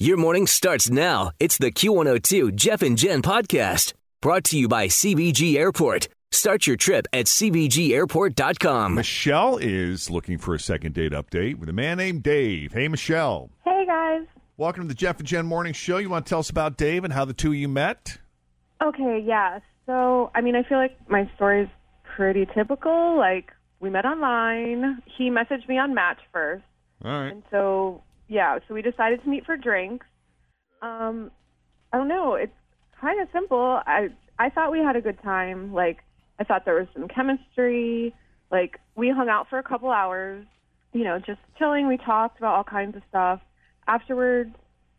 Your morning starts now. It's the Q102 Jeff and Jen podcast brought to you by CBG Airport. Start your trip at CBGAirport.com. Michelle is looking for a second date update with a man named Dave. Hey, Michelle. Hey guys. Welcome to the Jeff and Jen Morning Show. You want to tell us about Dave and how the two of you met? Okay, yeah. So, I mean, I feel like my story's pretty typical. Like, we met online. He messaged me on Match first. All right. And so, yeah, so we decided to meet for drinks. Um, I don't know. It's kind of simple. I I thought we had a good time. Like, I thought there was some chemistry. Like, we hung out for a couple hours, you know, just chilling. We talked about all kinds of stuff. Afterwards,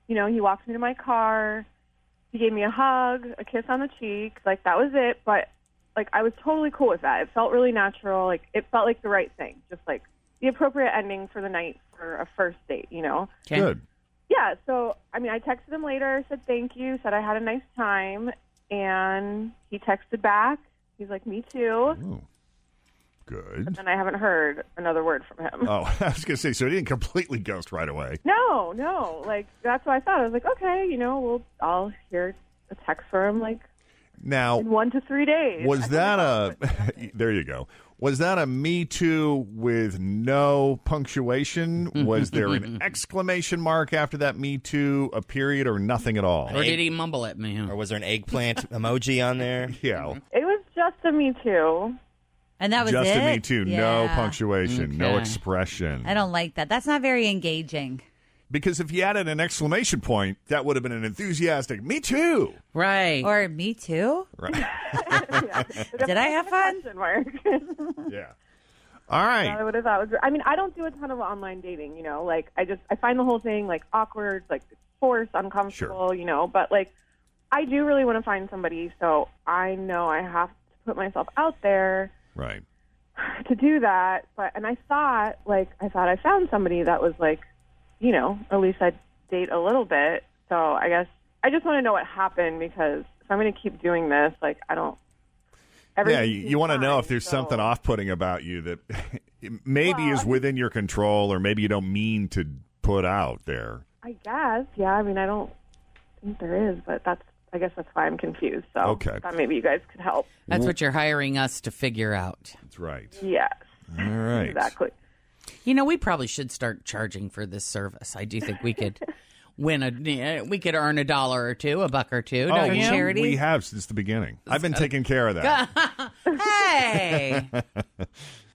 you know, he walked me to my car. He gave me a hug, a kiss on the cheek. Like, that was it. But, like, I was totally cool with that. It felt really natural. Like, it felt like the right thing. Just like the appropriate ending for the night for a first date, you know? Good. Yeah, so I mean, I texted him later, said thank you, said I had a nice time, and he texted back. He's like, "Me too," Ooh. Good. and I haven't heard another word from him. Oh, I was going to say, so he didn't completely ghost right away. no, no, like that's what I thought. I was like, "Okay, you know, we'll I'll hear a text from him like Now, in one to three days." I Oh. was thought that a, was nothing. there you go. Was that a me too with no punctuation? Was there an exclamation mark after that me too, a period, or nothing at all? Or did he mumble at me? Or was there an eggplant emoji on there? Yeah. It was just a me too. And that was Just it? a me too. No Yeah. punctuation, no Okay. expression. I don't like that. That's not very engaging. Because if he added an exclamation point, that would have been an enthusiastic "Me too." Right. Or me too. Right? Did I have fun? Question mark. yeah. All I right. would have thought was. I mean, I don't do a ton of online dating. You know, like I just I find the whole thing like awkward, like forced, uncomfortable. You know, but like I do really want to find somebody, so I know I have to put myself out there Right. to do that. But and I thought like I thought I found somebody that was like, you know, at least I'd date a little bit. So I guess I just want to know what happened because if I'm going to keep doing this, like I don't. Yeah, everything you, seems you want to know fine, if there's so- something off-putting about you that maybe Well, I is within your control, or maybe you don't mean to put out there. I guess, yeah. I mean, I don't think there is, but that's. I guess that's why I'm confused. So Okay. thought maybe you guys could help. That's what you're hiring us to figure out. That's right. Yes, All right. exactly. You know, we probably should start charging for this service. I do think we could win a, we could earn a dollar or two, a buck or two. Oh, don't we, you? charity? uh, we have since the beginning. I've been taking care of that. Hey,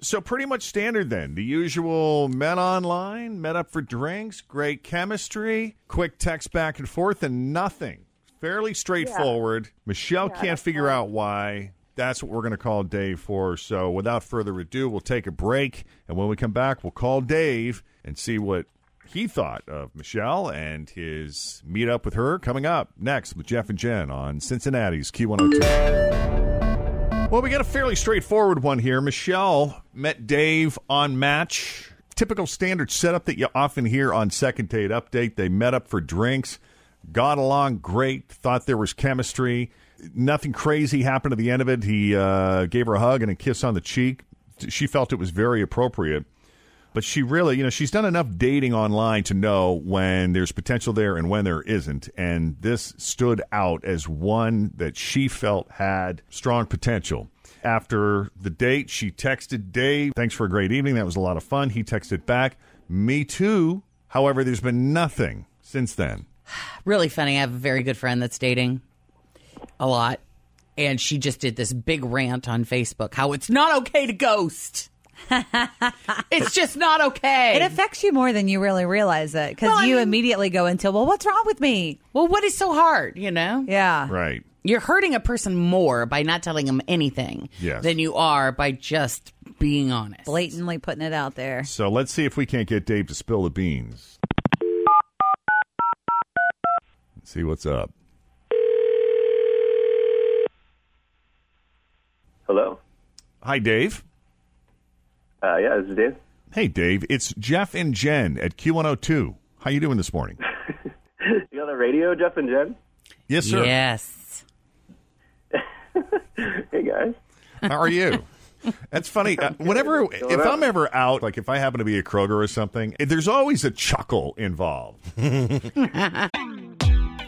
so pretty much standard then. The usual met online, met up for drinks, great chemistry, quick text back and forth, and nothing. Fairly straightforward. Michelle can't figure out why. That's what we're going to call Dave for. So without further ado, we'll take a break. And when we come back, we'll call Dave and see what he thought of Michelle and his meet up with her coming up next with Jeff and Jen on Cincinnati's Q102. Well, we got a fairly straightforward one here. Michelle met Dave on Match. Typical standard setup that you often hear on Second Date Update. They met up for drinks, got along great, thought there was chemistry. Nothing crazy happened at the end of it. He uh, gave her a hug and a kiss on the cheek. She felt it was very appropriate. But she really, you know, she's done enough dating online to know when there's potential there and when there isn't. And this stood out as one that she felt had strong potential. After the date, she texted Dave, Thanks for a great evening. That was a lot of fun. He texted back, Me too. However, there's been nothing since then. really funny. I have a very good friend that's dating a lot, and she just did this big rant on Facebook how it's not okay to ghost. it's just not okay. It affects you more than you really realize it because Well, I you mean- immediately go into, well, what's wrong with me? well, what is so hard, you know? Uh. Yeah. Right. You're hurting a person more by not telling them anything Yes. than you are by just being honest. Blatantly putting it out there. So let's see if we can't get Dave to spill the beans. Let's see what's up. Hello. Hi, Dave. Uh, yeah, this is Dave. Hey, Dave. It's Jeff and Jen at Q102. How you doing this morning? You on the radio, Jeff and Jen? Yes, sir. Yes. Hey, guys. How are you? That's funny. Uh, whenever, if I'm ever out, like if I happen to be at Kroger or something, eh, there's always a chuckle involved.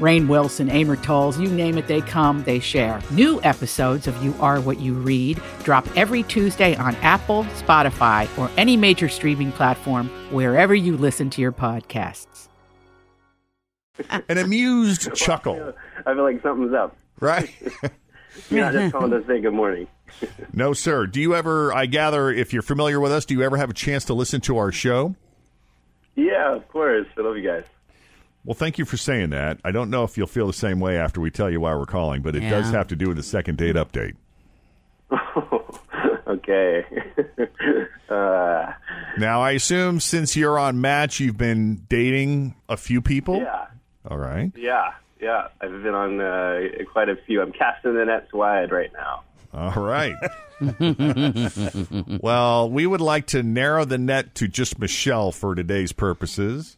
Rain Wilson, Amor Tolls, you name it, they come, they share. New episodes of You Are What You Read drop every Tuesday on Apple, Spotify, or any major streaming platform wherever you listen to your podcasts. An amused chuckle, I feel like something's up. right? You're not just calling to say good morning. No, sir. Do you ever, I gather, if you're familiar with us, do you ever have a chance to listen to our show? Yeah, of course. I love you guys. Well, thank you for saying that. I don't know if you'll feel the same way after we tell you why we're calling, but it Yeah. does have to do with the second date update. okay. uh, Now, I assume since you're on Match, you've been dating a few people? yeah, All right. yeah, yeah. I've been on uh, quite a few. I'm casting the nets wide right now. All right. well, we would like to narrow the net to just Michelle for today's purposes.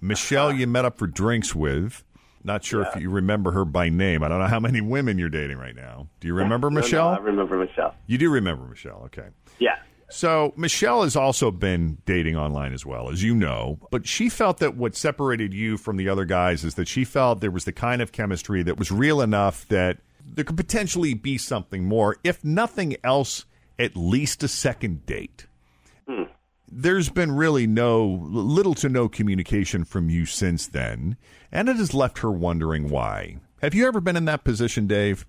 Michelle, you met up for drinks with. Not sure if you remember her by name. I don't know how many women you're dating right now. Do you remember No, no, Michelle? I remember Michelle. you do remember Michelle. Okay. Yeah. So, Michelle has also been dating online as well, as you know, but she felt that what separated you from the other guys is that she felt there was the kind of chemistry that was real enough that there could potentially be something more, if nothing else, at least a second date. There's been really no, little to no communication from you since then, and it has left her wondering why. Have you ever been in that position, Dave?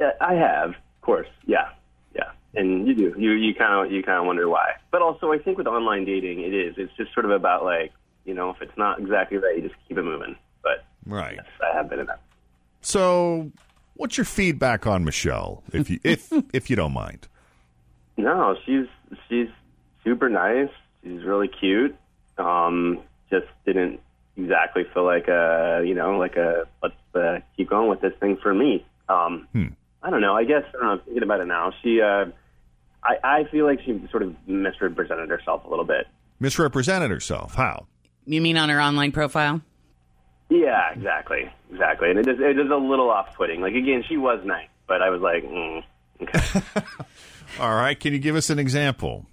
Yeah, I have, of course. Yeah, yeah. And you do. You you kind of you kind of wonder why. But also, I think with online dating, it is. It's just sort of about like you know, if it's not exactly right, you just keep it moving. But Right. yes, I have been in that. So, what's your feedback on Michelle, if you if if you don't mind? No, she's she's super nice. She's really cute. Um, just didn't exactly feel like a you know like a let's uh, keep going with this thing for me. Um, I don't know. I guess I don't know. I'm thinking about it now. She, uh, I I feel like she sort of misrepresented herself a little bit. Misrepresented herself. How? You mean on her online profile? Yeah, exactly, exactly. And it is it is a little off putting. Like again, she was nice, but I was like, mm, okay. All right. Can you give us an example?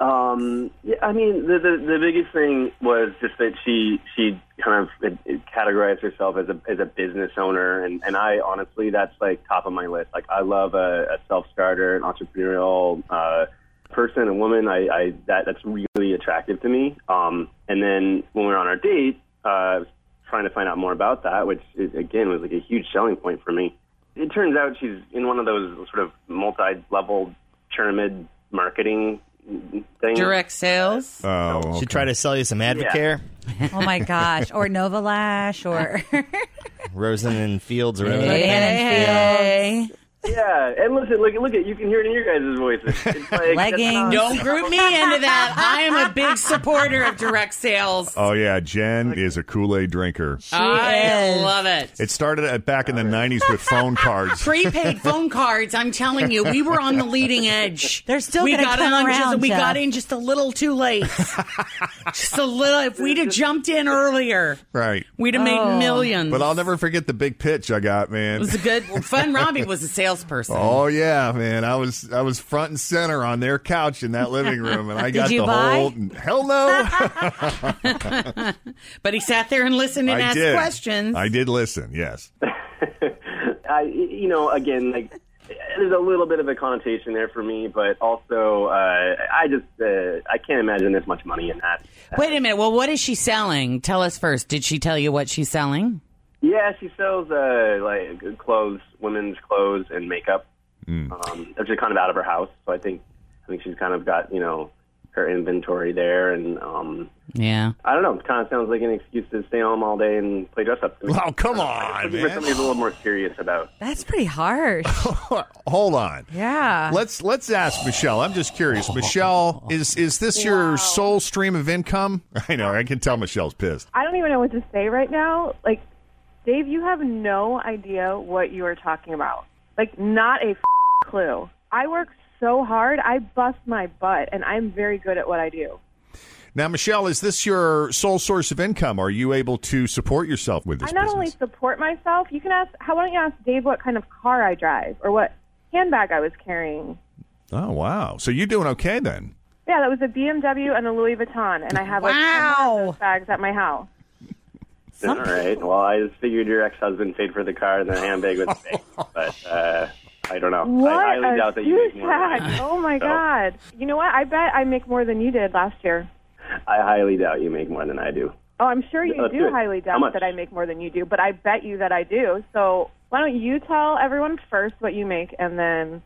Um, yeah, I mean, the, the the biggest thing was just that she she kind of uh, categorized herself as a as a business owner, and and I honestly that's like top of my list. Like I love a, a self starter, an entrepreneurial uh, person, a woman. I, I that that's really attractive to me. Um, and then when we were on our date, uh, I was trying to find out more about that, which is, again was like a huge selling point for me. It turns out she's in one of those sort of multi level pyramid marketing thing. Direct sales? Oh, Should try to sell you some Advocare, Oh my gosh. Or Novalash or Rosen and Fields, or whatever. Hey, hey, hey. Yeah, and listen, look, look at you can hear it in your guys' voices. It's like, Leggings. Don't group me into that. I am a big supporter of direct sales. Oh yeah, Jen is a Kool Aid drinker. I love it. It started at, back in the '90s with phone cards. Prepaid phone cards. I'm telling you, we were on the leading edge. They're still we gonna got come in around, Just, we Jeff. got in just a little too late. just a little. If we'd have jumped in earlier, Right. we'd have made Oh. millions. But I'll never forget the big pitch I got, It man. was a good fun. Robbie was a salesperson. Oh yeah, man! I was I was front and center on their couch in that living room, and I Did got you the buy? whole hell no. But he sat there and listened and I asked did. questions. I did listen. Yes. I, you know, again, like there's a little bit of a connotation there for me, but also uh, I just uh, I can't imagine this much money in that. Wait a minute. Well, what is she selling? Tell us first. Did she tell you what she's selling? Yeah, she sells uh, like clothes, women's clothes, and makeup. Um, they're just kind of out of her house, so I think I think she's kind of got you know her inventory there, and um, Yeah. I don't know. It kind of sounds like an excuse to stay home all day and play dress up. Oh come on, For somebody who's a little more serious about. That's pretty harsh. Hold on. Yeah. Let's let's ask Michelle. I'm just curious. Michelle, is is this your sole stream of income? I know. I can tell Michelle's pissed. I don't even know what to say right now. Like, Dave, you have no idea what you are talking about. Like, not a f- clue. I work so hard, I bust my butt, and I'm very good at what I do. Now, Michelle, is this your sole source of income? Are you able to support yourself with this? I not only support myself. You can ask. How why don't you ask Dave what kind of car I drive or what handbag I was carrying? oh wow. So you're doing okay then. Yeah, that was a BMW and a Louis Vuitton, and I have like wow. those bags at my house. All right. Well, I just figured your ex-husband paid for the car and the handbag was fake, but uh, I don't know. What I highly a doubt that you make douchebag. more. than I do. Oh my So, god! You know what? I bet I make more than you did last year. I highly doubt you make more than I do. Oh, I'm sure you That's do good. highly How doubt much? that I make more than you do, but I bet you that I do. So why don't you tell everyone first what you make, and then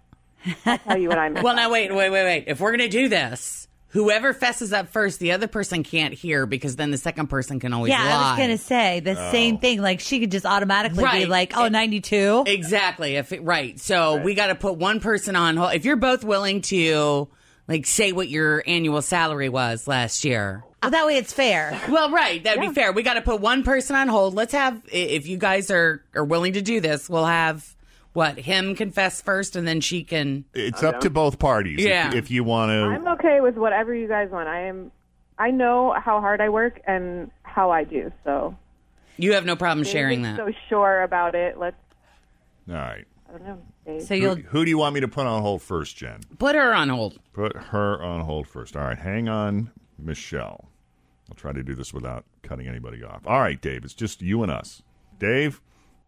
I'll tell you what I make. Well, now wait, wait, wait, wait. If we're gonna do this, whoever fesses up first, the other person can't hear because then the second person can always yeah, lie. I was gonna say the same thing. Like she could just automatically be Right. like, "Oh, 92? Exactly. If it, right, so we got to put one person on hold. If you're both willing to, like, say what your annual salary was last year. Well, that way it's fair. Well, right, that'd be fair. We got to put one person on hold. Let's have, i- if you guys are are willing to do this, we'll have what him confess first, and then she can. It's up to both parties. if- Yeah. If, you want I'm to. okay with whatever you guys want. I am. I know how hard I work and how I do. So You have no problem sharing David's that. So sure about it. Let's. All right. I don't know. Dave. So Who, who do you want me to put on hold first, Jen? Put her on hold. Put her on hold first. All right, hang on, Michelle. I'll try to do this without cutting anybody off. All right, Dave, it's just you and us. Dave,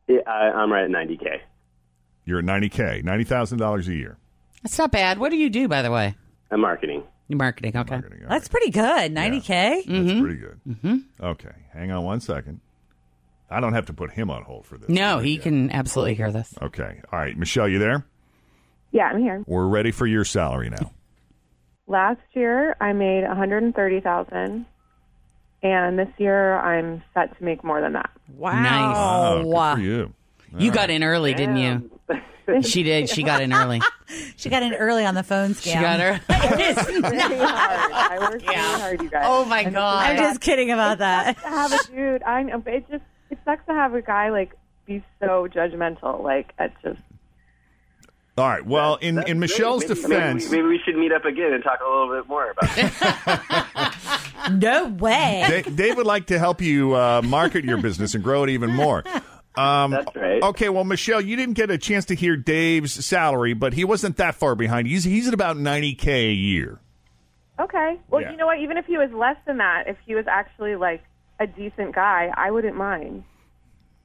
Yeah, I, I'm right at 90k. you're at 90K, $90,000 a year. That's not bad. What do you do, by the way? I'm marketing. You're marketing. Okay. That's pretty good. 90k. That's pretty good. Mm-hmm. Okay, hang on one second. I don't have to put him on hold for this. No, he can absolutely hear this. Okay. All right, Michelle, you there? Yeah, I'm here. We're ready for your salary now. Last year I made 130,000, and this year I'm set to make more than that. Oh, Nice. Wow, Ah, good for you. You got in early, didn't you? She did. She got in early. She got in early on the phone scam. She got her. Very hard. I work really hard, you guys. Oh my I'm god. just kidding about that. to have a dude. I know, but it just it sucks to have a guy like be so judgmental. Like it just All right. Well, in, in Michelle's Maybe- defense, Maybe, maybe we should meet up again and talk a little bit more about it. No way. Da- Dave would like to help you uh, market your business and grow it even more. Um, That's right. Okay, well, Michelle, you didn't get a chance to hear Dave's salary, but he wasn't that far behind. He's he's at about ninety k a year. okay. Well, Yeah. you know what? Even if he was less than that, if he was actually like a decent guy, I wouldn't mind.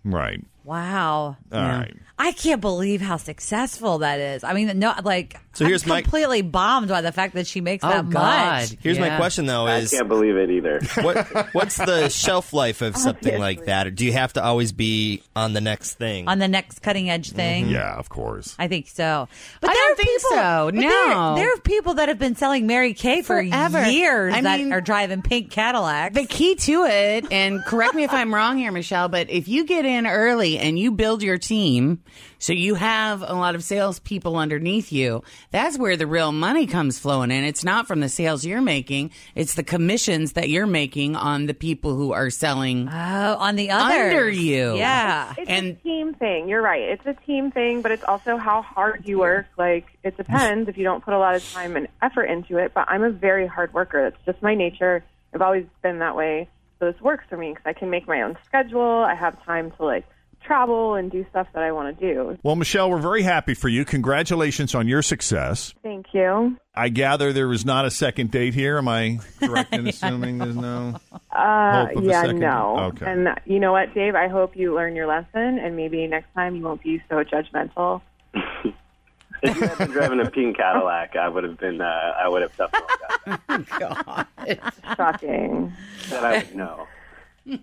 Right. Wow. All right. I can't believe how successful that is. I mean, no, like So here's I'm my- completely bombed by the fact that she makes Oh, that God. much. Here's Yeah. my question though: I Is can't believe it either. what what's the shelf life of something like that? Or do you have to always be on the next thing? on the next cutting edge thing. Yeah, of course. I think so. But I there don't are think people, so. but there- No. There, are people that have been selling Mary Kay for Forever. years I that mean- are driving pink Cadillacs. The key to it, and correct me if I'm wrong here, Michelle, but if you get in early and you build your team So you have a lot of salespeople underneath you. That's where the real money comes flowing in. It's not from the sales you're making, it's the commissions that you're making on the people who are selling Oh, on the other. under you. It's and a team thing. You're right. It's a team thing, but it's also how hard you work. Like it depends if you don't put a lot of time and effort into it. But I'm a very hard worker. That's just my nature. I've always been that way. So this works for me because I can make my own schedule. I have time to like travel and do stuff that I want to do. Well, Michelle, we're very happy for you. Congratulations on your success. Thank you. I gather there was not a second date here. Am I correct in assuming there's no? Uh, Hope of a yeah, second- no. okay. And uh, you know what, Dave? I hope you learn your lesson, and maybe next time you won't be so judgmental. If you had been driving a pink Cadillac, I would have been. Uh, I would have definitely Shocking. said I would know.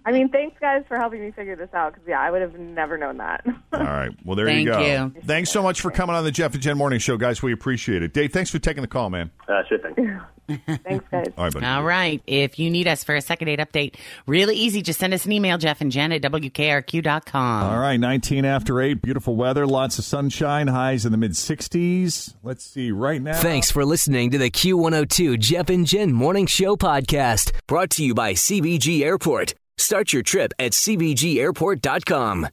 I mean, thanks guys for helping me figure this out because yeah, I would have never known that. All right. Well, there Thank you go. you. Thanks so much for coming on the Jeff and Jen Morning Show, guys. We appreciate it. Dave, thanks for taking the call, man. Uh, sure thing. Thanks, guys. All right, buddy. All right. If you need us for a second date update, really easy. Just send us an email, Jeff and Jen at WKRQ.com. All right, 19 after 8. Beautiful weather, lots of sunshine, highs in the mid 60s. Let's see right now. Thanks for listening to the Q102 Jeff and Jen Morning Show podcast, brought to you by CBG Airport. Start your trip at CBGAirport.com.